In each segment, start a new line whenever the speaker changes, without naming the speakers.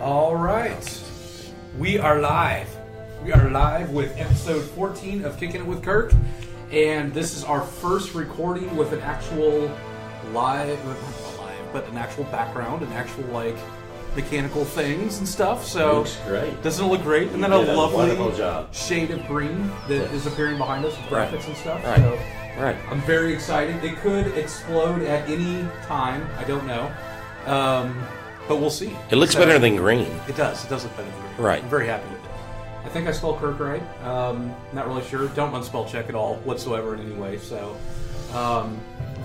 All right. We are live. We are live with episode 14 of Kicking It With Kirk. And this is our first recording with an actual live, well, not live, but an actual background, an actual like mechanical things and stuff. So
Looks great.
doesn't it look great? And then
You
a
did a
lovely
wonderful job.
shade of green that is appearing behind us with
Right.
graphics and stuff.
Right.
So
Right.
I'm very excited. It could explode at any time. I don't know. Um, but we'll see.
It looks
So-
better than green.
It does. It does look better than Kirk.
Right.
I'm very happy with it. I think I spelled Kirk right. Um, not really sure. Don't run spell check at all whatsoever in any way. So, um,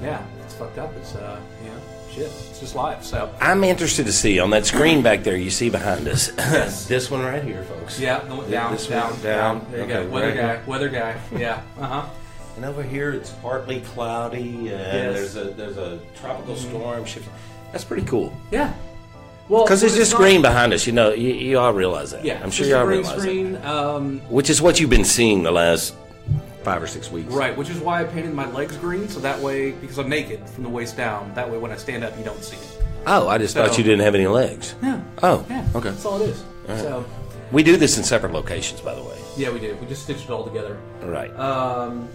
yeah, it's fucked up. It's uh, you know, shit. It's just live. So,
I'm interested to see on that screen back there you see behind us. this one right here, folks.
yeah, no, down,
This one,
down, down, There you
Okay,
go. Weather
right
guy.
here.
Weather guy. Yeah. Uh huh.
And over here it's partly cloudy. Uh,
Yes. Mm-hmm.
There's a there's a tropical storm shift. That's pretty cool.
Yeah. Well,
Because it's
but
just
not-
green behind us. You know, you, you all realize that.
Yeah,
I'm
it's
sure
just
you
a
all
green
realize it.
screen. Um,
Which is what you've been seeing the last five or six weeks.
Right, which is why I painted my legs green, so that way, because I'm naked from the waist down, that way when I stand up, you don't see it.
Oh, I just thought
So-
you didn't have any legs.
Yeah.
Oh,
Yeah.
okay.
That's all it is. So,
We do this in separate locations, by the way.
yeah, we did. We just stitched it all together.
All right.
Um,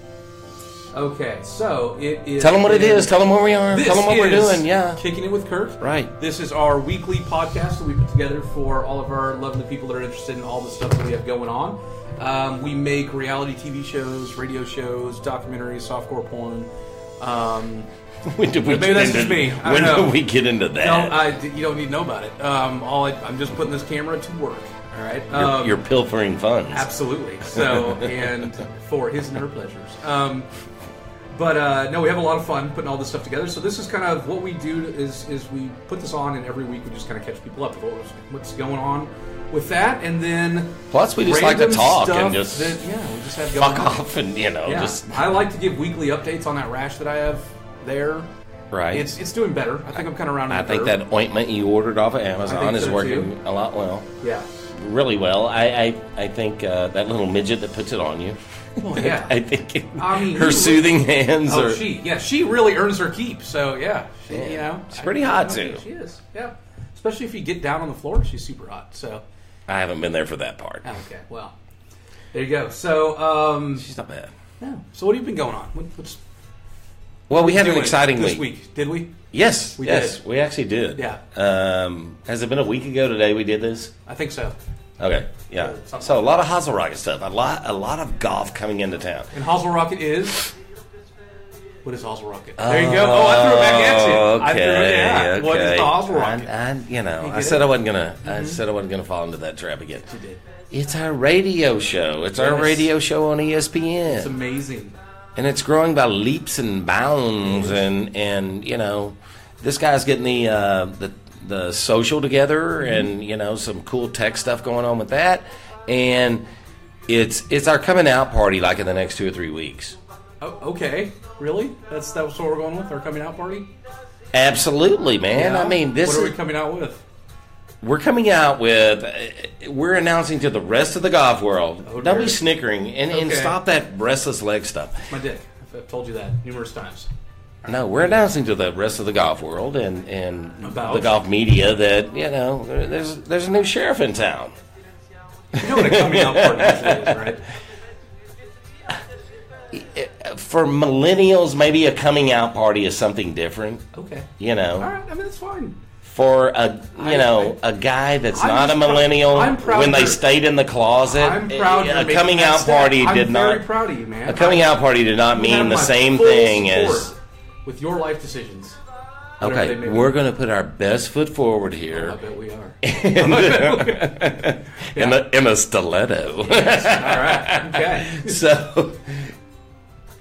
okay, so it is.
Tell them what it is. Tell them where we are.
This
Tell them what we're
is
doing. Yeah.
Kicking it with Kirk.
Right.
This is our weekly podcast that we put together for all of our lovely people that are interested in all the stuff that we have going on. Um, we make reality TV shows, radio shows, documentaries, softcore porn. Um,
When did we
Maybe
get
that's
into,
just me. I
When
don't know.
did we get into that?
no, I, you don't need to know about it. Um, all I, I'm just putting this camera to work. All right.
You're-
Um,
you're, pilfering funds.
Absolutely. So, and for his and her pleasures. Um, but uh, no, we have a lot of fun putting all this stuff together. So this is kind of what we do is is we put this on, and every week we just kind of catch people up with what's, what's going on with that, and then
Plus, we just like to
random
talk
stuff
and just
that- yeah, we just have going
fuck
on.
off and you know
Yeah,
just
I like to give weekly updates on that rash that I have there.
right.
It's it's doing better. I think I'm kind of rounding.
I
the
think
curve.
that ointment you ordered off of Amazon is
so,
working
too.
a lot well,
yeah.
really well. I I, I think uh, that little midget that puts it on you.
Well, Oh, yeah.
I think it-
I mean,
her
he-
soothing hands
Oh,
are.
she yeah, she really earns her keep. So yeah, she,
Yeah.
you know,
She's pretty
I- I
hot,
don't
too.
think She is, yeah. Especially if you get down on the floor, she's super hot. So
I haven't been there for that part.
okay, well, there you go. So um,
She's not bad.
no. So what have you been going on? What, what's
Well, we had an
doing
exciting
this week? Did we?
Yes,
We
yes,
did.
we actually did.
Yeah.
Um, has it been a week ago today we did this?
I think so.
Okay, yeah.
Something.
So a lot of Hazel Rocket stuff, a lot, a lot of golf coming into town.
And Hazel Rocket is. What is Hazel Rocket? There you go. Oh, I threw it back at you. I threw it. Yeah.
Oh, okay,
What is the Hazel
okay.
Rocket?
I, I, you know, I
get
said
it? Mm-hmm.
I wasn't gonna. I said I wasn't gonna fall into that trap again.
You did.
It's our radio show. It's our
Yes.
radio show on E ESPN,
It's amazing.
and it's growing by leaps and
Mm-hmm.
bounds. And and you know, this guy's getting the uh, the the social together,
Mm-hmm.
and you know, some cool tech stuff going on with that. And it's it's our coming out party, like in the next two or three weeks.
Oh, okay. Really? That's that's what we're going with our coming out party.
Absolutely, man.
Yeah?
I mean, this
What are
is
we coming out with?
we're coming out with uh, we're announcing to the rest of the golf world.
Oh,
don't be
dear.
snickering and, and
Okay.
stop that restless leg stuff.
My dick. I've- I've told you that numerous times.
No, we're announcing to the rest of the golf world and and
About?
the golf media that you know there- there's there's a new sheriff in town.
You know what a coming out party is, right?
For millennials, maybe a coming out party is something different.
Okay.
You know,
All right. I mean, it's fine.
for a you
I-
know a guy that's
I'm
not a
just proud-
millennial,
I'm proud
when they
you're-
stayed in the closet, eh,
I'm proud. you're
a
making
coming
that
out
step.
party
I'm
did
very
not
proud of you, man.
A coming out party did not
You have
mean the
my
same
full
thing
support
as.
with your life decisions. whatever they
Okay,
may
we're
be.
going to put our best foot forward
I
here
bet we are.
in, a, in a stiletto.
All right. Okay.
so,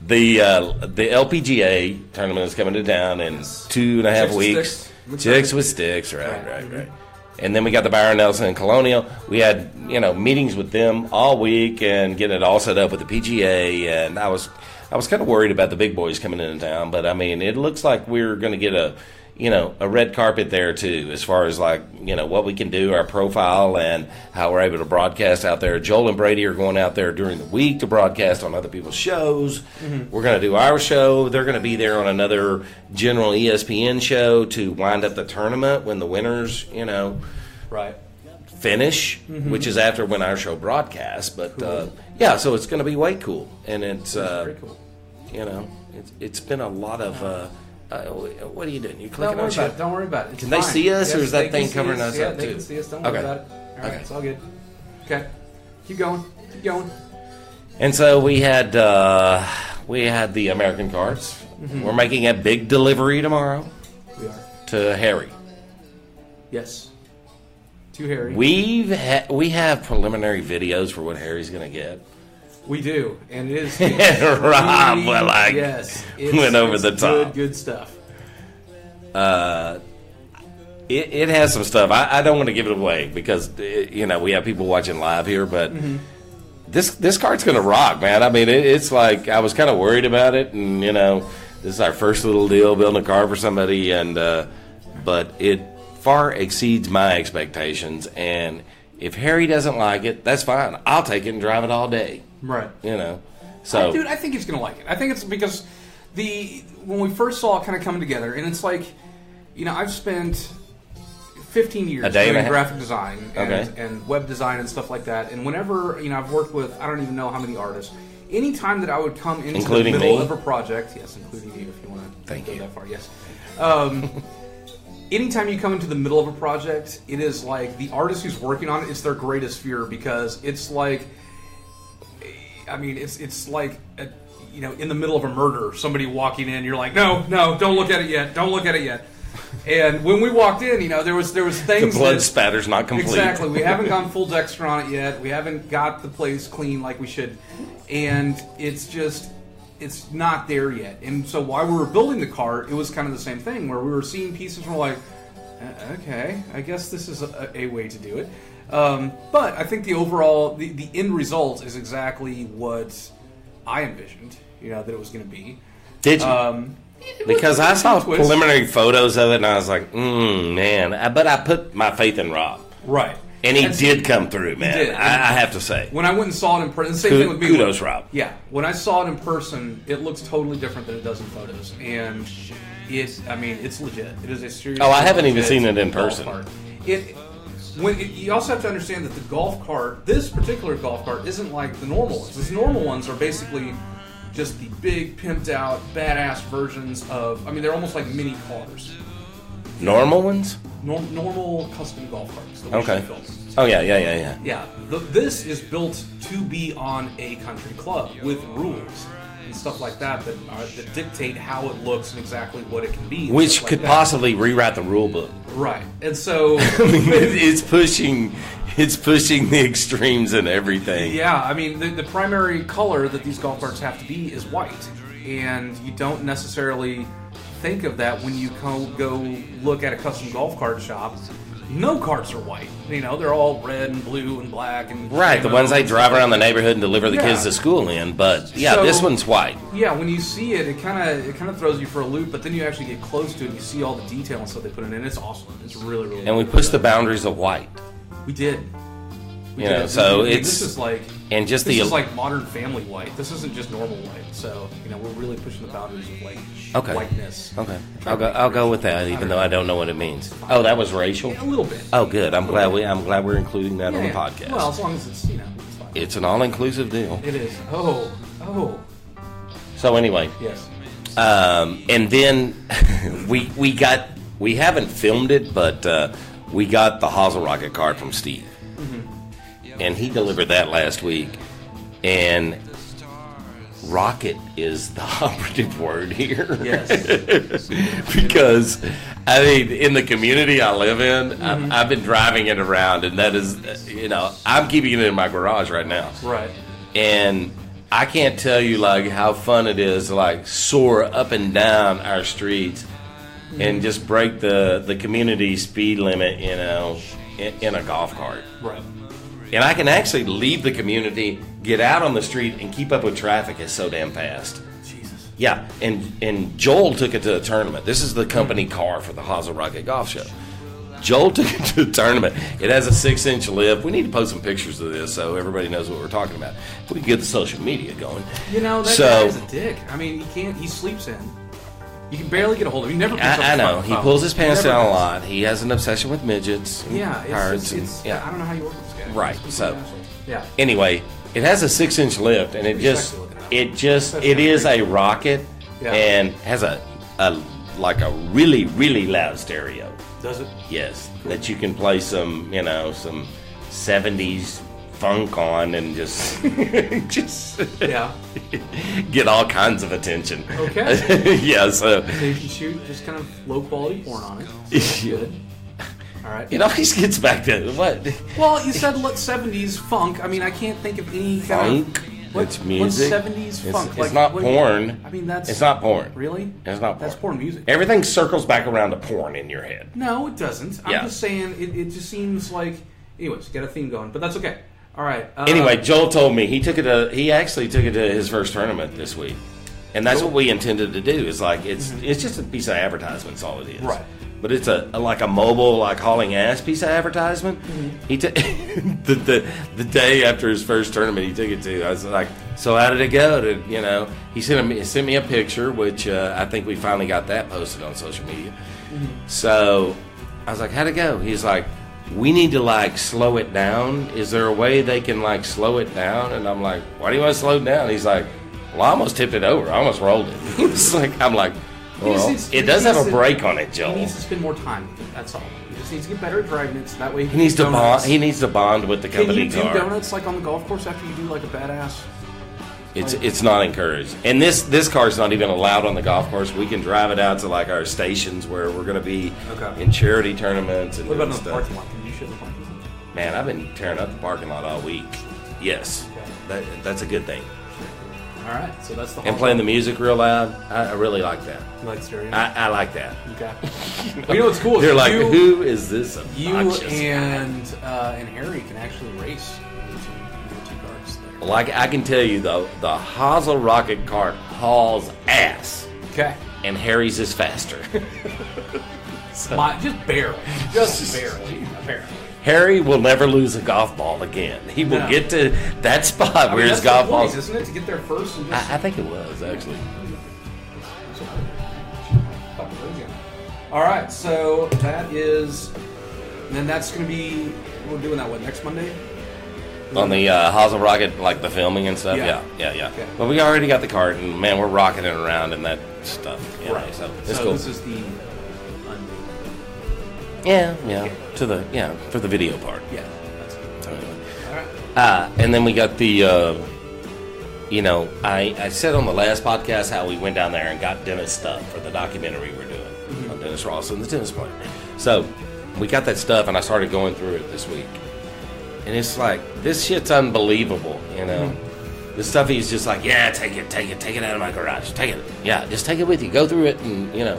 the uh, the LPGA tournament is coming to town in two and a half
Chicks with
weeks.
sticks. That's
Chicks with sticks, right,
Right.
right, right. And then we got the Byron Nelson and Colonial. We had you know meetings with them all week and getting it all set up with the PGA. And I was I was kind of worried about the big boys coming into town, but I mean it looks like we're going to get a you know a red carpet there too, as far as like you know what we can do, our profile, and how we're able to broadcast out there. Joel and Brady are going out there during the week to broadcast on other people's shows.
Mm-hmm.
We're going to do our show. They're going to be there on another E general ESPN show to wind up the tournament when the winners you know
Right.
finish,
Mm-hmm.
which is after when our show broadcasts. But uh, yeah, so it's going to be way cool, and it's uh,
Very cool.
you know, it's, it's been a lot of. Uh, uh, what are you doing? You're clicking
Don't worry about
on shit.
it. Don't worry about it. It's
Can they
fine.
see us, or
Yes,
is that
they can
thing
see
covering
us.
us
yeah,
up,
they
too?
can see us. Don't worry
Okay.
about it. All right,
Okay.
it's all good. Okay, keep going. Keep going.
And so we had uh, we had the American cards. We're making a big delivery tomorrow
We are.
to Harry.
Yes. To Harry.
We've ha- we have preliminary videos for what Harry's going to get.
We do, and it is.
Rob, well, like,
yes,
went over the
Good,
top.
good stuff.
It, it has some stuff. I, I don't want to give it away because eh, you know we have people watching live here, but
Mm-hmm.
this this card's gonna rock, man. I mean, it, it's like I was kind of worried about it, and you know, this is our first little deal building a car for somebody, and uh, but it far exceeds my expectations. And if Harry doesn't like it, that's fine. I'll take it and drive it all day.
Right.
You know, so
Dude, I think he's gonna like it. I think it's because the when we first saw it kind of coming together, and it's like, you know, I've spent 15 years
A day and
doing
a half.
graphic design and,
Okay.
and web design and stuff like that. And whenever you know, I've worked with I don't even know how many artists. Any time that I would come into
Including
the middle
me?
of a project, yes, including you, if you want to
Thank
go
you.
that far, yes. Um, anytime you come into the middle of a project, it is like the artist who's working on it is their greatest fear because it's like, I mean, it's it's like, a, you know, in the middle of a murder, somebody walking in, you're like, no, no, don't look at it yet, don't look at it yet. And when we walked in, you know, there was there was
the
things
blood
that-
spatter's not complete.
Exactly. We haven't gone full Dexter on it yet. We haven't got the place clean like we should. And it's just, it's not there yet. And so while we were building the car, it was kind of the same thing where we were seeing pieces and we're like, "Uh, okay, I guess this is a, a way to do it. Um, but I think the overall, the, the end result is exactly what I envisioned, you know, that it was going to be.
Did you?
Um,
Because I saw
Twist.
preliminary photos of it, and I was like, mm, man. I- But I put my faith in Rob,
right.
and he
That's-
did come through, man.
did.
I, I have to say,
When I went and saw it in person, same thing with me.
kudos, Rob.
Yeah, when I saw it in person, it looks totally different than it does in photos, and it's I mean it's legit. It is a serious.
Oh, I haven't even
legit
seen it in
golf
person.
cart. It when it, you also have to understand that the golf cart, this particular golf cart, isn't like the normal ones. These normal ones are basically just the big pimped out badass versions of. I mean, they're almost like mini cars.
Normal ones?
Norm, normal custom golf carts. That we
Okay.
should build.
Oh yeah, yeah, yeah, yeah.
Yeah, th this is built to be on a country club with rules and stuff like that that, are, that dictate how it looks and exactly what it can be. and
Which
stuff like
could
that.
possibly rewrite the rule book.
right? And so,
I mean, it- it's pushing, it's pushing the extremes and everything.
yeah, I mean, the, the primary color that these golf carts have to be is white, and you don't necessarily think of that when you co- go look at a custom golf cart shop. No carts are white. You know, they're all red and blue and black and
Right, the
camo
ones they
and
drive around the neighborhood and deliver the
Yeah.
kids to school in. But yeah,
So-
this one's white.
Yeah, when you see it, it kind of it kind of throws you for a loop, but then you actually get close to it, you see all the detail and stuff they put in, and it's awesome. It's really really.
And we pushed the boundaries of white,
we did. We
You
did.
know, so
This-
it's-
this is like
and just
this
the
is like modern family white. This isn't just normal white. So you know we're really pushing the boundaries of like
Okay.
whiteness.
okay. I'll go. I'll go with that, even though I don't know what it means. Oh, that was racial.
Yeah, a little bit.
Oh, good. I'm glad we. I'm glad we're including that
yeah,
on the
yeah.
podcast.
Well, as long as it's you know it's fine.
it's an all-inclusive deal.
it is. Oh oh
So anyway,
yes.
um, and then we we got we haven't filmed it, but uh, we got the Hazel Rocket card from Steve,
Mm-hmm.
and he delivered that last week, and. Rocket is the operative word here.
Yes.
because, I mean, in the community I live in,
Mm-hmm.
I've, I've been driving it around, and that is, uh, you know, I'm keeping it in my garage right now
Right.
and I can't tell you like how fun it is to like soar up and down our streets and just break the the community speed limit, you know, in, in a golf cart.
Right.
And I can actually leave the community, get out on the street, and keep up with traffic. It's so damn fast.
Jesus.
Yeah, and and Joel took it to a tournament. This is the company
Hmm.
car for the Hazel Rocket Golf Show. Joel took it to a tournament. It has a six inch lift. We need to post some pictures of this so everybody knows what we're talking about. If we can get the social media going.
You know that
So-
guy's a dick. I mean, he can't. He sleeps in. You can barely get a hold of him. He never picks up
I, I
his
know.
fucking
He
phone.
pulls his pants
Never
down a
does.
lot. He has an obsession with midgets. and
Yeah, it's,
cards
just,
and-
it's I
yeah.
don't know how you work with this guy.
Right,
He's just
so-
an asshole. yeah,
Anyway, it has a six inch lift, and it
Pretty
just
sexy looking out.
it just
That's
it
kinda
is a rocket,
Yeah.
and has a a like a really really loud stereo.
does it?
Yes, that you can play some you know some seventies funk on and just just
Yeah,
get all kinds of attention.
Okay.
yeah. So
so you can shoot just kind of low quality porn on it. Good. All right.
it always gets back to what.
Well, you said let seventies funk. I mean, I can't think of any kind
Funk?
of
It's music.
Seventies
It's-
funk.
it's not
what-
porn.
I mean, that's
It's not porn.
really.
It's not porn.
That's porn music.
Everything circles back around to porn in your head.
No, it doesn't. I'm
Yeah.
just saying it, it just seems like. Anyways, get a theme going, but that's okay. All right. Uh,
Anyway, Joel told me he took it to he actually took it to his first tournament this week, and that's what we intended to do. Is like it's it's just a piece of advertisement. Is all it is.
Mm-hmm. Right.
But it's a, a- like a mobile like hauling ass piece of advertisement.
Mm-hmm.
He took the, the the day after his first tournament he took it to. I was like, so how did it go? Did you know? He sent me sent me a picture, which uh, I think we finally got that posted on social media. So I was like, how'd it go? He's like, we need to like slow it down. Is there a way they can like slow it down? And I'm like, why do you want to slow it down? He's like, well, I almost tipped it over. I almost rolled it. It's like, I'm like,
He just
well,
needs- he
it does have
needs
a
to-
break on it, Joel.
he needs to spend more time. with it, That's all. He just needs to get better at driving it, so that way
He needs to
can
bond. He
donuts.
needs to bond with the
Can
company
you do
car.
donuts like on the golf course after you do like a badass?
It's it's not encouraged, and this this car's not even allowed on the golf course. We can drive it out to like our stations where we're going to be
Okay.
in charity tournaments and
What about
doing
in the
stuff.
parking lot? Can you shoot the parking lot?
Man, I've been tearing up the parking lot all week. Yes, that, that's a good thing.
All right, so that's the
And
hallmark.
playing the music real loud, I, I really like that.
You like stereo.
I, I like that.
okay. you know what's cool? is
They're like,
you,
who is this
you
obnoxious?
and uh, and Harry can actually race. Your two, your two cars there.
like I can tell you though, the Hazel Rocket cart hauls ass,
Okay.
and Harry's is faster.
My, just barely, just barely, apparently.
Harry will never lose a golf ball again. He will
No.
get to that spot
I mean,
where his
that's the
golf
point,
balls.
isn't it, to get there first and just.
I, I think it was actually. Ah.
Fucking crazy. All right, so that is, then that's going to be we're doing that what next Monday?
On the uh, Hazel Rocket, like the filming and stuff.
Yeah.
Yeah, yeah, yeah.
Okay.
But we already got the cart, and man, we're rocking it around and that stuff. You right. Know, so it's
so
cool.
this is the.
yeah, yeah. To the yeah for the video part.
Yeah. That's it.
So anyway.
All right.
Uh, and then we got the, uh, you know, I, I said on the last podcast how we went down there and got Dennis stuff for the documentary we're doing on Dennis Ross and the tennis player. So we got that stuff, and I started going through it this week. And it's like, this shit's unbelievable, you know? The stuff he's just like, yeah, take it, take it, take it out of my garage, take it. Yeah, just take it with you. Go through it, and, you know.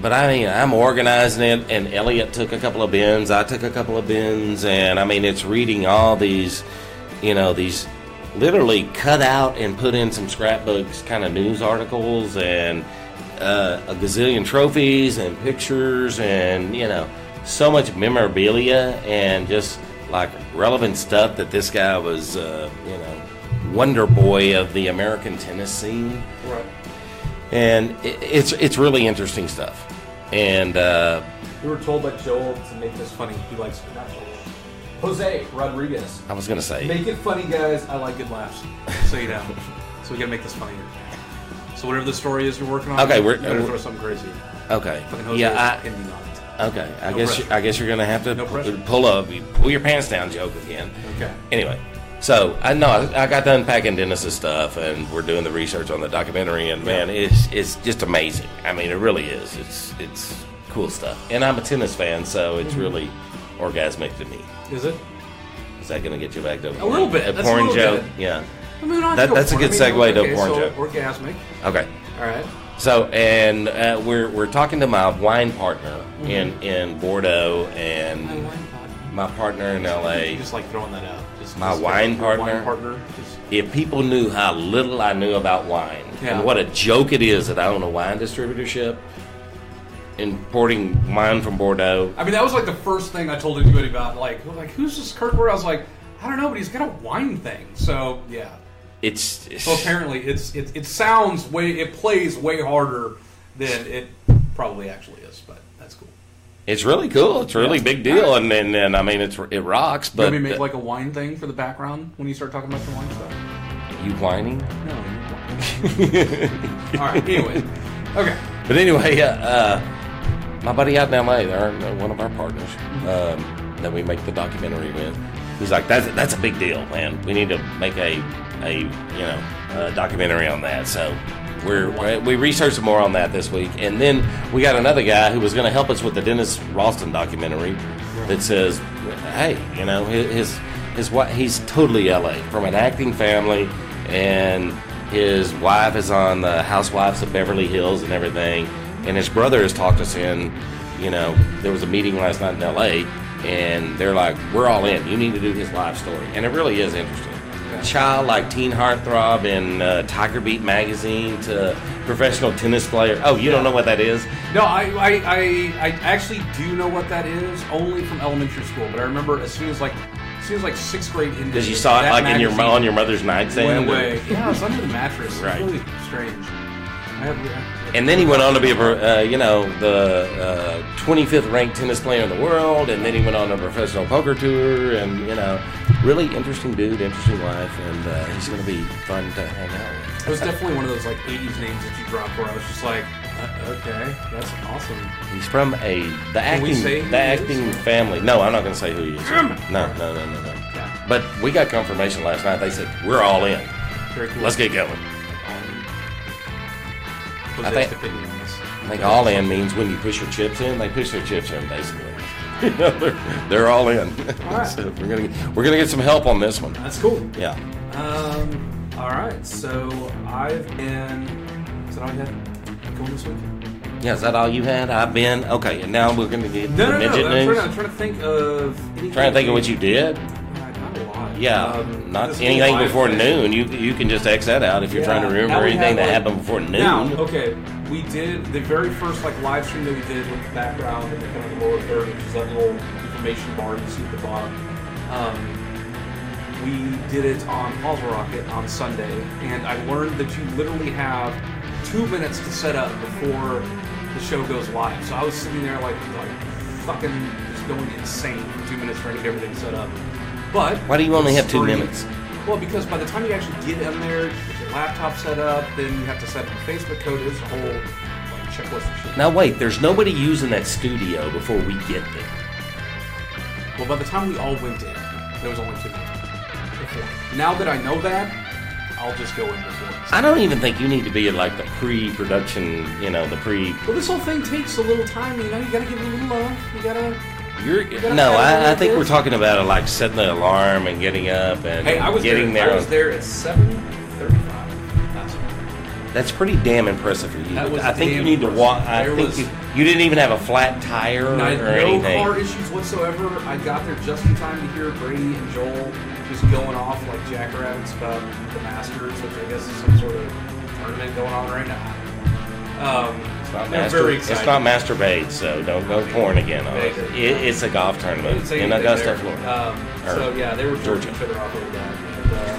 But I mean, I'm organizing it, and Elliot took a couple of bins. I took a couple of bins, and I mean, it's reading all these, you know, these literally cut out and put in some scrapbooks, kind of news articles, and uh, a gazillion trophies and pictures, and you know, so much memorabilia and just like relevant stuff that this guy was, uh, you know, wonder boy of the American tennis scene
Right.
and it, it's it's really interesting stuff. And uh,
We were told by Joel to make this funny. He likes not Joel. Jose Rodriguez.
I was gonna say,
Make it funny, guys. I like good laughs. So you know. so we gotta make this funnier. So whatever the story is you're working on,
Okay, we're-
you better
we're-
throw something crazy.
okay,
Fucking Jose
yeah,
is ending on it.
I, okay. I
No
guess
pressure.
you, I guess you're gonna have to
No pressure.
pull up, pull your pants down, joke again.
Okay.
Anyway, so I know I, I got done packing Dennis's stuff, and we're doing the research on the documentary, and man, it's it's just amazing. I mean, it really is. It's it's cool stuff. And I'm a tennis fan, so
Mm-hmm.
it's really orgasmic to me.
Is it?
Is that gonna get you back to
A little bit. That's a
porn
little
joke?
bit.
Yeah.
I mean, not
That-
to
that's a
porn.
good
I mean,
segue to
okay,
porn
so
joke.
Orgasmic.
Okay.
All right.
So, and uh, we're we're talking to my wine partner
Mm-hmm.
in in Bordeaux and my partner in
You
L.A.
Just like throwing that out. Just
My
just
wine
your
partner?
Wine partner. Just,
If people knew how little I knew about wine
Yeah.
and what a joke it is that I own a wine distributorship, importing wine from Bordeaux.
I mean, that was like the first thing I told anybody about. Like, like who's this Kirk? Where I was like, I don't know, but he's got a wine thing. So yeah.
it's, it's
So apparently, it's it, it sounds way it plays way harder than it probably actually is, but that's cool.
it's really cool. It's a really
Yeah.
big deal, and, and and I mean it's it rocks.
But,
But
Maybe make
uh,
like a wine thing for the background when you start talking about the wine stuff.
you whining.
No. All right. Anyway. Okay.
But anyway, uh, uh, my buddy out in LA, they're uh, one of our partners um, that we make the documentary with. He's like, that's that's a big deal, man. We need to make a a you know uh documentary on that. So we're we're- we researched more on that this week, and then we got another guy who was going to help us with the Dennis Ralston documentary that says, hey, you know his his- his what he's totally LA from an acting family and his wife is on the Housewives of Beverly Hills and everything, and his brother has talked us in. You know, there was a meeting last night in L.A., and they're like, "We're all in. You need to do his life story," and it really is interesting. Child like teen heartthrob in uh, Tiger Beat magazine to professional tennis player. Oh, you don't know what that is?
No, I, I, I, I actually do know what that is, only from elementary school. But I remember as soon as like, as soon as like sixth grade ended,
Because you saw it
that
like in your
magazine
on your mother's nightstand.
went away. yeah, it was under the mattress.
Right.
It was really strange. I have, yeah.
And then he went on to be, a, pro- uh, you know, the uh, 25th ranked tennis player in the world. And then he went on a professional poker tour. And, you know, really interesting dude, interesting life. And uh, he's going to be fun to hang out with.
it was definitely one of those like '80s names that you dropped where I was just like, uh, okay, that's awesome.
He's from a the
we
acting
say who
the
he is?
acting family. No, I'm not going to say who he is.
Damn it.
No, no, no, no, no.
Yeah.
But we got confirmation last night. They said we're all in.
Very cool.
Let's get going.
Um,
I
possessed
think-
opinion on this.
I think all in means when you push your chips in. They push their chips in basically. You know, they're, they're all in.
All right.
so we're gonna get, we're gonna get some help on this one.
That's cool.
Yeah.
Um. All right. So I've been. Is that all you had going this week?
Yeah, is that all you had? I've been okay, and now we're gonna get
No, no,
the
no. I'm
midget
trying,
news.
to, I'm trying to think of. Anything
Trying to think of what you did.
I got a lot.
Yeah,
Um,
not
this whole
anything
live
before
thing.
noon. You you can just X that out if you're
Yeah.
trying to
Now
remember
we
anything
have,
that
like-
happened before noon.
Now, okay, we did the very first like live stream that we did with the background and the kind of lower third, which is that little information bar you see at the bottom. Um, we did it on Puzzle Rocket on Sunday, and I learned that you literally have two minutes to set up before the show goes live. So I was sitting there like, like fucking just going insane for two minutes trying to get everything set up. But
Why do you only have two
Three.
minutes?
Well, because by the time you actually get in there, get your laptop set up, then you have to set up your Facebook code. It's a whole like, checklist of shit.
Now wait, there's nobody using that studio before we get there.
Well, by the time we all went in, there was only two minutes. Now that I know that, I'll just go in before.
I don't even think you need to be at like the pre-production, you know, the pre.
Well, this whole thing takes a little time. You know, you gotta give it a little love. You gotta.
You're,
gotta
no,
have
I, I
it
think
is.
we're talking about it like setting the alarm and getting up and
Hey, I was
getting
there.
there.
I was there at seven thirty-five. That's
That's pretty damn impressive for you.
That was
I think you
damn
need to walk.
impressive.
I
There
think
was-
you, you didn't even have a flat tire or
No, no
anything.
car issues whatsoever. I got there just in time to hear Brady and Joel just going off like jackrabbits about the Masters, which I guess is some sort of tournament going on right now. Um,
It's not,
they're
master,
very
it's
excited.
not masturbate, so don't go porn again on it.
Big.
It- It's a golf
They didn't
tournament
say
in
anything
Augusta,
there.
Florida.
Um, so
Or
yeah, they were
Georgia.
jerking each other off over that.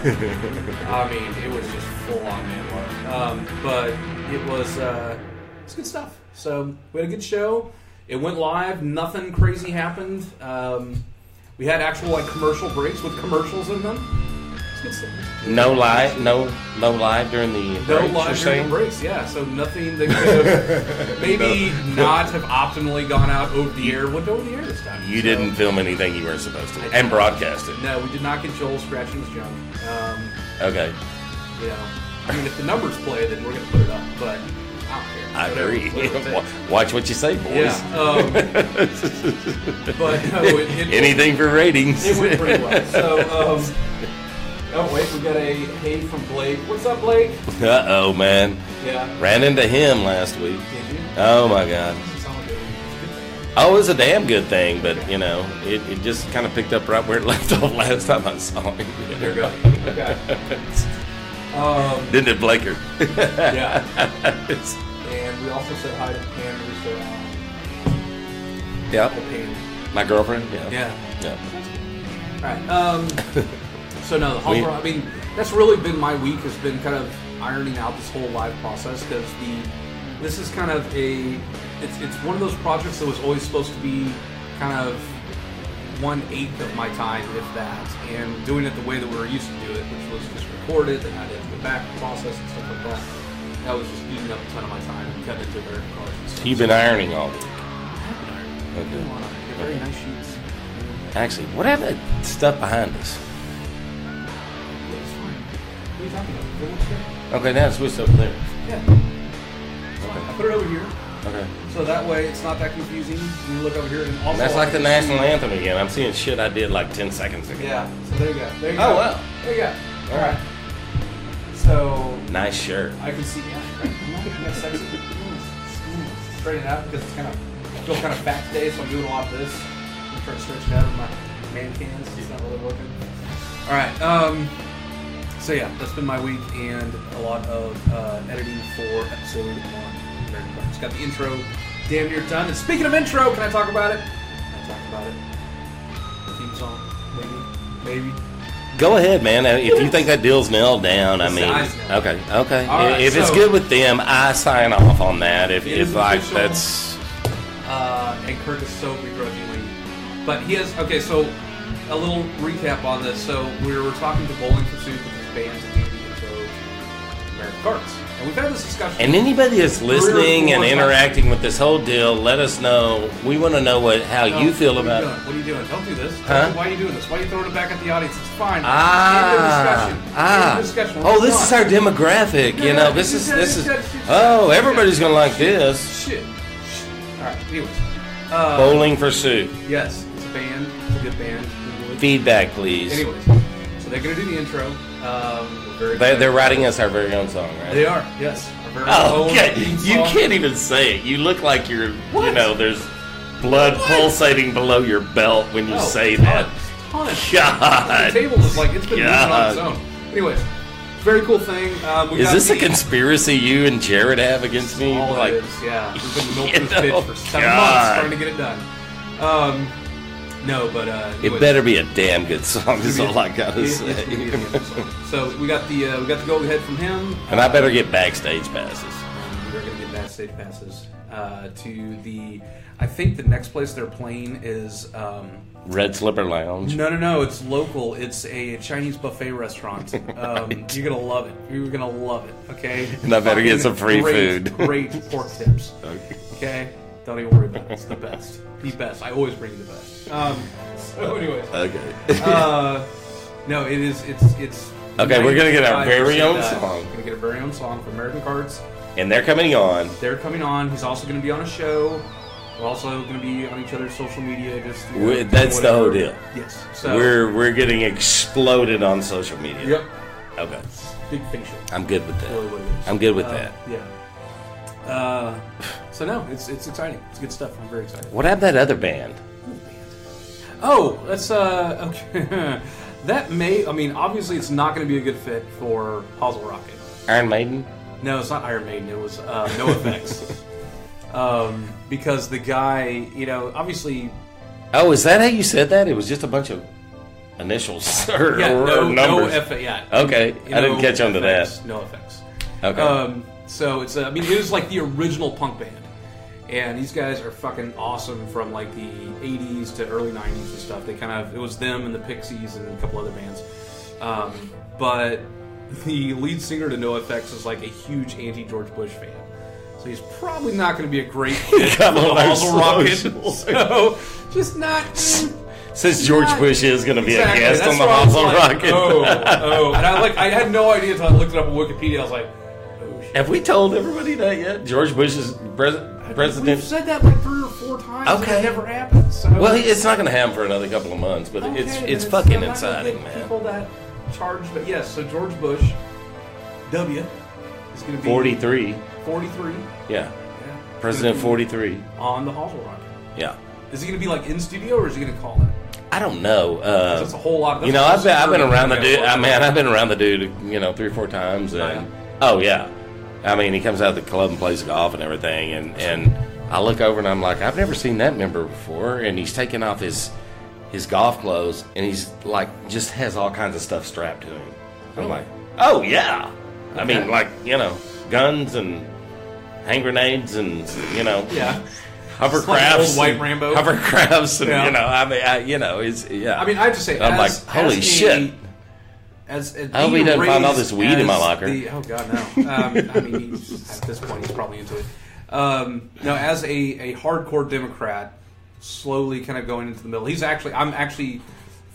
And, uh, I mean, it was just full on man love. Um, but it was uh, it's good stuff. So we had a good show. It went live. Nothing crazy happened. Um, we had actual like commercial breaks with commercials in them. It's good stuff.
No live, no no live during the
No
breaks, you're
live during
saying?
breaks, yeah. So nothing that could have maybe not have optimally gone out over the air. Went over the air this time.
You
So-
didn't film anything you weren't supposed to,
I did.
and broadcast it.
No, we did not get Joel scratching his junk. Um,
Okay,
you know, I mean, if the numbers play, then we're gonna put it up. But I don't care.
I
Whatever.
agree.
What do you think?
Watch what you say, boys.
Yeah. Um, uh, but no, it, it,
anything for ratings.
It went pretty well. So, um, oh wait, we got a hey from Blake. What's up, Blake?
uh oh, man,
Yeah.
ran into him last week.
Did you?
Oh my god.
Doesn't sound like it. It's good.
Oh, it was a damn good thing, but you know, it, it just kind of picked up right where it left off last time I saw him.
There you go. Okay. Um,
Didn't it, Blaker?
yeah.
It's-
And we also said hi to Pam Russo.
yeah,
Pam.
my girlfriend. Yeah.
Yeah.
Yeah.
All right. Um, So no, the
We-
humble. I mean, that's really been my week. Has been kind of ironing out this whole live process because the this is kind of a it's it's one of those projects that was always supposed to be kind of one eighth of my time, if that, and doing it the way that we were used to do it, which was just record it, and I'd have to go back process and stuff like that. That was just eating up a ton of my time and cut into very cars. and stuff.
You've been ironing all week.
They're Very nice sheets.
Actually, what happened to that stuff behind us?
It's fine. What are you talking about? It looks good.
Okay, now it's switched over there.
Yeah. It's fine. I put it over here,
Okay.
so that way it's not that confusing. You look over here and also.
And that's like the
I can
national
see-
anthem again. I'm seeing shit I did like 10 seconds ago.
Yeah. So there you go. There you
Oh,
go.
wow.
There you go. All right. So
Nice shirt.
I can see. Yeah. right. I'm not gonna mess up. Straighten it out because it's kind of I feel kind of fat today, so I'm doing a lot of this. I'm trying to stretch it out with my man cans. It's not really working. All right. Um. So yeah, that's been my week and a lot of uh, editing for episode one. American Crime. It's got the intro damn near done. And speaking of intro, can I talk about it? Can I talk about it? The theme song, maybe, maybe.
Go ahead, man. If you think that deal's nailed down, I
It's
mean,
nice.
okay, okay.
All right,
if it's
so-
good with them, I sign off on that. If,
It
if
is
like
official.
that's
uh, and Kirk is so begrudgingly. But he has okay. So a little recap on this. So we were talking to Bowling for Soup with his bands and D&D and so American Cards, and we've had this discussion.
and anybody that's listening and
four, five.
interacting with this whole deal, let us know. We want to know what how
No,
you feel
what
about
are
it.
you doing? What are you doing? Don't do this.
Huh?
Don't do- Why are you doing this? Why are you throwing it back at the audience? It's fine.
Ah,
End of discussion. End
ah.
of discussion.
Oh,
Move
this
on.
is our demographic. You know, this is this is. Oh, everybody's gonna like this.
shit. Shit. All right. Anyways, uh,
Bowling for soup.
yes, it's a band. It's a good band. Google it.
Feedback, please.
Anyways, so they're gonna do the intro. Um, we're very
They,
excited.
they're writing us our very own song, right?
They are, yes. Our very
Oh,
own
okay.
theme
You
song.
can't even say it. You look like you're, you
What?
know, there's blood
What?
pulsating below your belt when you
Oh,
say
ton-
that.
ton of-
God.
The table is like it's been moving on its
God.
own. Anyways, very cool thing. Um, we
Is
got
this a
the-
conspiracy you and Jared have against me?
All
like,
it is, yeah. We've been milking
You
this
know,
bitch for seven
God.
months trying to get it done. Um, no, but uh,
it
anyways,
better be a damn good song.
it's
Is
gonna be
all
a-
I gotta
it- it's
say.
gonna be a damn song. So we got the uh, we got the go ahead from him.
and I better get backstage passes.
Um, We're going to get backstage passes uh, to the. I think the next place they're playing is. Um,
Red Slipper Lounge.
No, no, no. It's local. It's a Chinese buffet restaurant. Um, You're gonna love it. You're gonna love it. Okay.
And I better get
Fucking
some free
great,
food.
great pork tips.
Okay.
Okay. Don't even worry about it. It's the best. The best. I always bring you the best. Um, so, anyways,
Okay.
uh, no, it is. It's it's.
Okay, we're gonna get our very own
95%
song.
We're gonna get our very own song from American Cards.
and they're coming on.
They're coming on. He's also gonna be on a show. We're also gonna be on each other's social media. Just you know,
We- that's the whole
whatever.
deal.
Yes. So
We're we're getting exploded on social media.
Yep.
Okay.
Big facial.
I'm good with
really what
that.
it is.
I'm good with
Uh,
that.
Yeah. Uh, so no, it's it's exciting. It's good stuff. I'm very excited.
What happened to that other band?
Oh, that's uh okay. that may I mean obviously it's not going to be a good fit for Puzzle Rocket.
Iron Maiden?
No, it's not Iron Maiden. It was uh, No Effects. um, because the guy, you know, obviously
Oh, is that how you said that? It was just a bunch of initials or,
yeah,
or
no, no
numbers. Oh,
F- yeah.
okay,
You
I didn't
know,
catch on to
effects,
that.
No effects.
Okay.
Um, so it's, uh, I mean, it was like the original punk band. And these guys are fucking awesome from like the 80s to early 90s and stuff. They kind of, it was them and the Pixies and a couple other bands. Um, but the lead singer to No Effects is like a huge anti George Bush fan. So he's probably not going to be a great fit for
Come
the
on, our
Hazel Rocket.
socials.
So just not. eh,
Since George
not-
Bush is going to be
Exactly.
a guest
That's
on the
where I was
Hazel
like,
Rocket,
Oh, oh. And I like I had no idea until I looked it up on Wikipedia. I was like, oh shit.
have we told everybody that yet? George Bush is pres-
We've
president.
said that like three or four times. and
Okay.
it never happened. So
Well, he- it's not going to happen for another couple of months, but
Okay,
it's
then
it's fucking
I'm not gonna
exciting,
get
man.
People that charged, but yes. So George Bush, W, is going to be
Forty-three,
43.
yeah,
Yeah.
President
Gonna be
forty-three,
on the Hazel Rocket.
yeah.
Is he going to be like in studio or is he going to call it?
I don't know. Uh,
That's a whole lot. That's
Oh. you know, I've been, I've been around the
Okay,
dude.
well,
I mean, I've been around the dude, you know, three or four times. And oh yeah, I mean, he comes out of the club and plays golf and everything. And and I look over and I'm like, I've never seen that member before. And he's taking off his his golf clothes, and he's like just has all kinds of stuff strapped to him. I'm like, oh yeah. I mean,
Okay.
like you know, guns and hand grenades and you know,
Yeah.
hovercrafts,
It's like old White
and-
Rambo.
hovercrafts, and
Yeah.
you know, I mean, I, you know, it's yeah.
I mean, I have to say,
I'm
as-
like, holy
as a-
shit.
As, as
I hope he
being
doesn't find all
raised
this weed in my
as
locker.
the- oh god, no. Um, I mean, he's, at this point, he's probably into it. Um, no, as a, a hardcore Democrat, slowly kind of going into the middle. He's actually, I'm actually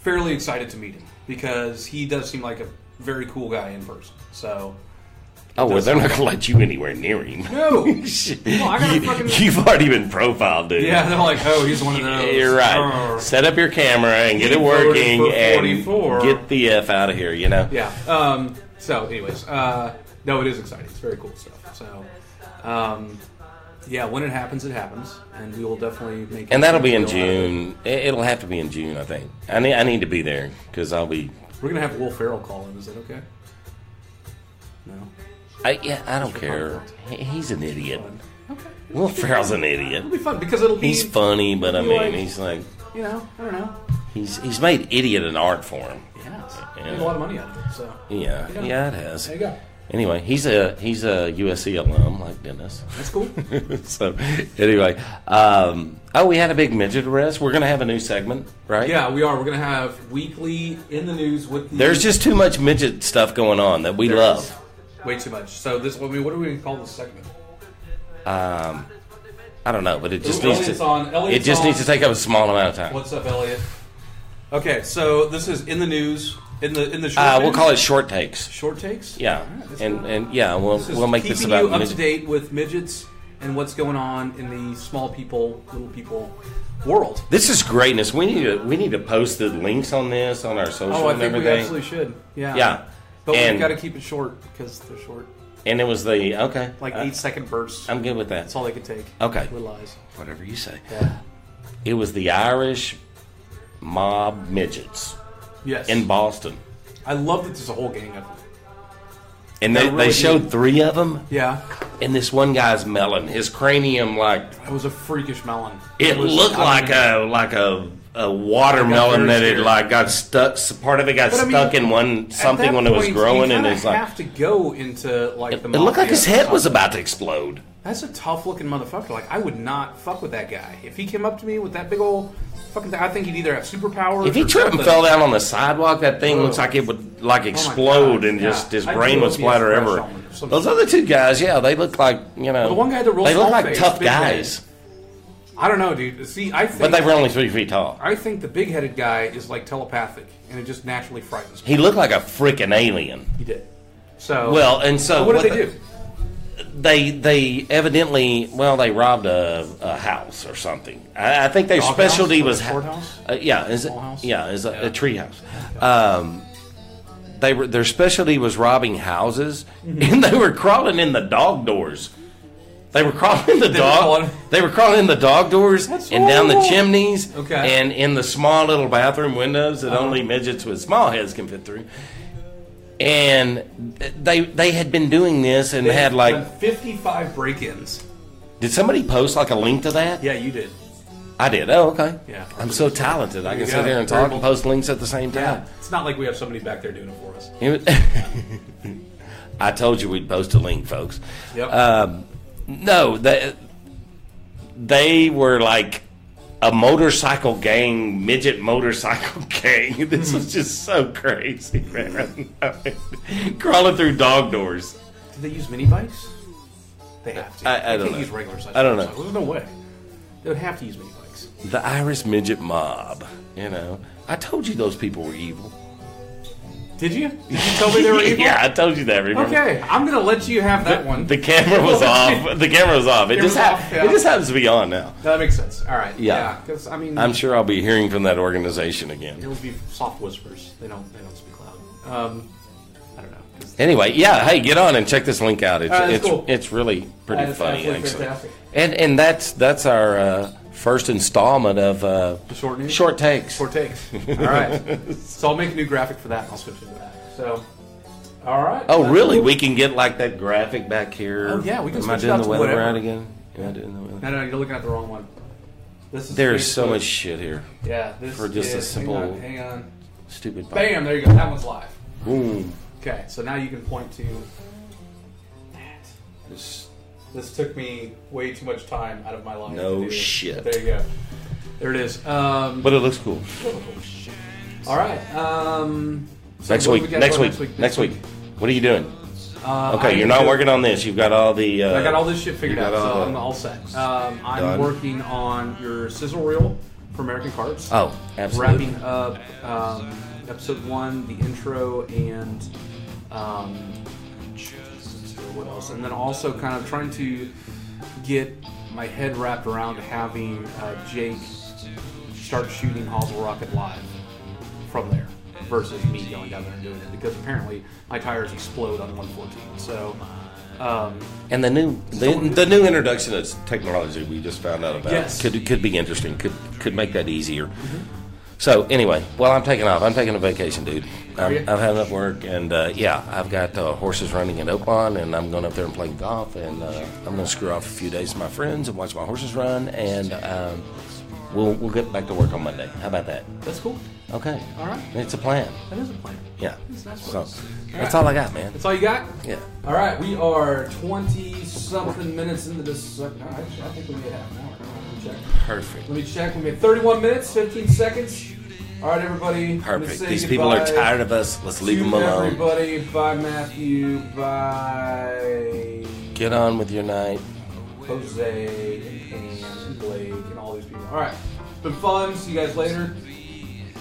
fairly excited to meet him because he does seem like a very cool guy in person. So
oh, well, they're not gonna let you anywhere near him.
no,
you,
I gotta fucking-
have already been profiled, dude.
yeah, they're like, oh, he's one of those.
You're right.
Arr.
Set up your camera and get
He
it working
voted for
and
44.
get the F out of here, you know?
Yeah. Um, so, anyways, uh, no, it is exciting. It's very cool stuff. So, um, yeah, when it happens, it happens, and we will definitely make.
And
it-
that'll be in
we'll have it.
June. It- It'll have to be in June, I think. I need, I need to be there because I'll be.
We're gonna have Will Ferrell call in. Is that okay? No.
I, yeah, I don't care. He- He's an idiot.
Okay.
Will Ferrell's an
It'll
idiot.
be fun because it'll be.
He's funny, but I
He'll be
mean,
like-
he's like
You know, I don't know.
he's he's made idiot an art form.
Yeah. it's-
Yeah.
Made a lot of money out of it. So
Yeah,
Yeah.
yeah, it has.
there you go.
Anyway, he's a he's a USC alum like Dennis.
That's cool.
so anyway, um, oh, we had a big midget arrest. We're gonna have a new segment, right?
yeah, we are. We're gonna have weekly in the news with the.
There's just too much midget stuff going on that we
There
love.
is Way too much. So this, I mean, what are we gonna call this segment?
Um, I don't know, but it just
Ooh,
needs
Elliot's
to.
on.
It
Elliot's
just
on.
needs to take up a small amount of time.
What's up, Elliot? Okay, so this is in the news in the in the short
Uh, we'll
news?
call it short takes.
short takes.
Yeah,
All right, that's
and
cool.
and yeah, we'll
This is
we'll make this
keeping
about
you up to
midget-
date with midgets and what's going on in the small people, little people world.
This is greatness. We need to we need to post the links on this on our social
Oh, I
and
think we
everything.
absolutely should. Yeah.
yeah,
But
and
we've got to keep it short because they're short,
and it was the okay.
like
uh,
eight second bursts.
I'm good with that.
That's all they could take.
Okay.
Little eyes.
Whatever you say.
Yeah.
It was the Irish mob midgets
Yes.
in Boston,
I love that there's a whole gang of them.
and they,
They're really
they showed three of them.
Yeah.
And this one guy's melon, his cranium like
It was a freakish melon.
It
was-
looked
I don't
like
know.
a like a, a watermelon
very
that it
scared.
like got stuck. s- Part of it got
But I mean,
stuck in one
At
something
that
when it was
point,
growing,
you
and
kinda
it's like
have to go into like
it
the.
looked like
mafia
his
or
head was
something.
about to explode.
That's a tough looking motherfucker. Like I would not fuck with that guy if he came up to me with that big old fucking. thing. I think he'd either have superpowers.
If he
or
tripped and
something.
fell down on the sidewalk, that thing looks
Ugh.
like it would like
Oh God,
explode, and
yeah.
just his
I'd
brain
do it
would
if he
splatter
had fresh
everywhere.
on or something.
Those other two guys, yeah, they look like you know
the one guy that rolls
They look
small
like
face,
tough
big head.
guys,
I don't know, dude. See, I think,
but they were only three feet tall.
I think the big headed guy is like telepathic, and it just naturally frightens me.
He looked like a freaking alien.
He did. So
Well, and so
so what,
what
did they
the-
do?
they they evidently well they robbed a, a house or something. I, I think their
Dog
specialty
house or
was
a courthouse?
Uh, yeah, is it,
Small house?
yeah, is a, a tree house. Um, they were their specialty was robbing houses,
Mm-hmm.
and they were crawling in the dog doors. They were crawling in the
were
dog.
crawling-
They were crawling in the dog doors
That's
and down the
horrible.
chimneys,
Okay. Uh-huh.
and in the small little bathroom windows that only midgets with small heads can fit through. And th- they they had been doing this and had like
fifty five break ins.
did somebody post like a link to that?
Yeah, you did.
I did. Oh, okay.
Yeah.
I'm so talented. I can
you
sit
go.
there and talk
Verbal.
and post links at the same
Yeah.
time.
It's not like we have somebody back there doing it for us.
It was- I told you we'd post a link, folks.
Yep.
Um, no, they, they were like a motorcycle gang, midget motorcycle gang. This was just so crazy, man. Crawling through dog doors.
Do they use mini bikes? They have to.
I-
They
I don't
can't
know.
use regular size.
I don't know.
bikes. There's no way. They would have to use mini bikes.
The Irish midget mob. You know, I told you those people were evil.
Did you? Did you tell me they were evil?
yeah, I told you that. Remember?
Okay, I'm gonna let you have that one.
The camera was off. The camera was off. It
Camera's
just hap-
off, yeah.
it just happens to be on now.
that makes sense. All right.
Yeah.
Yeah. Because I mean,
I'm sure I'll be hearing from that organization again.
it'll be soft whispers. They don't. They don't speak loud. Um, I don't know. 'cause-
Anyway, yeah, hey, get on and check this link out. It's
All right, that's
it's,
cool.
it's really pretty
That is
funny,
absolutely
actually.
fantastic.
And and that's that's our uh, first installment of uh,
The short news?
short takes.
Four takes. All right. so I'll make a new graphic for that. and I'll switch it to that. So. All right.
Oh,
That's
really?
cool.
We can get like that graphic back here.
Oh, yeah, we can
Am I
switch it
doing
out
the
to
weather
whatever.
right again? Am I doing the weather?
No, no, you're looking at the wrong one. This is
There's so
Facebook.
much shit here.
Yeah, this
for just a
is- hang
simple-
on, Hang on.
Stupid.
Bam! There you go. That one's live.
Boom.
Okay, so now you can point to that.
Just-
This took me way too much time out of my life.
No
to do this.
shit.
There you go. There it is. Um,
But it looks cool.
all right. Um, so
Next
what do
week.
we got
Next
going
week. Next week. What are you doing?
Uh,
Okay,
I
you're not
am-
working on this. You've got all the. Uh,
I got all this shit figured
you
out,
got all
so
that.
I'm all set. Um, I'm
Done.
working on your sizzle reel for American Carts.
Oh, absolutely.
Wrapping up um, episode one, the intro, and um, what else? And then also kind of trying to get my head wrapped around having uh, Jake start shooting Hazel Rocket live from there versus me going down there and doing it because apparently my tires explode on 114. So. Um,
And the new the, the new introduction of technology we just found out about
Yes. Mm-hmm.
could could be interesting. Could could make that easier. So anyway, well, I'm taking off. I'm taking a vacation, dude. I'm,
you?
I've had enough work, and uh, yeah, I've got uh, horses running in Oakland, and I'm going up there and playing golf, and uh, I'm going to screw off a few days with my friends and watch my horses run, and um, we'll we'll get back to work on Monday. How about that?
That's cool.
Okay.
All right.
It's a plan.
That is a plan.
Yeah.
That's nice
So
work.
that's all I got, man.
That's all you got?
Yeah.
All right, we are 20 something minutes into this. No, actually, I think we made half an hour. Let me check.
Perfect.
Let me check. We made 31 minutes, 15 seconds. All right, everybody. let's
Perfect.
say
These people are
goodbye
tired of us. Let's leave
to
them alone.
Everybody, bye, Matthew. Bye,
Get on with your night.
Jose, and Pam, and Blake, and all these people. All right. Been fun. See you guys later.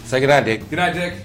Say goodnight, Dick.
Good night, Dick.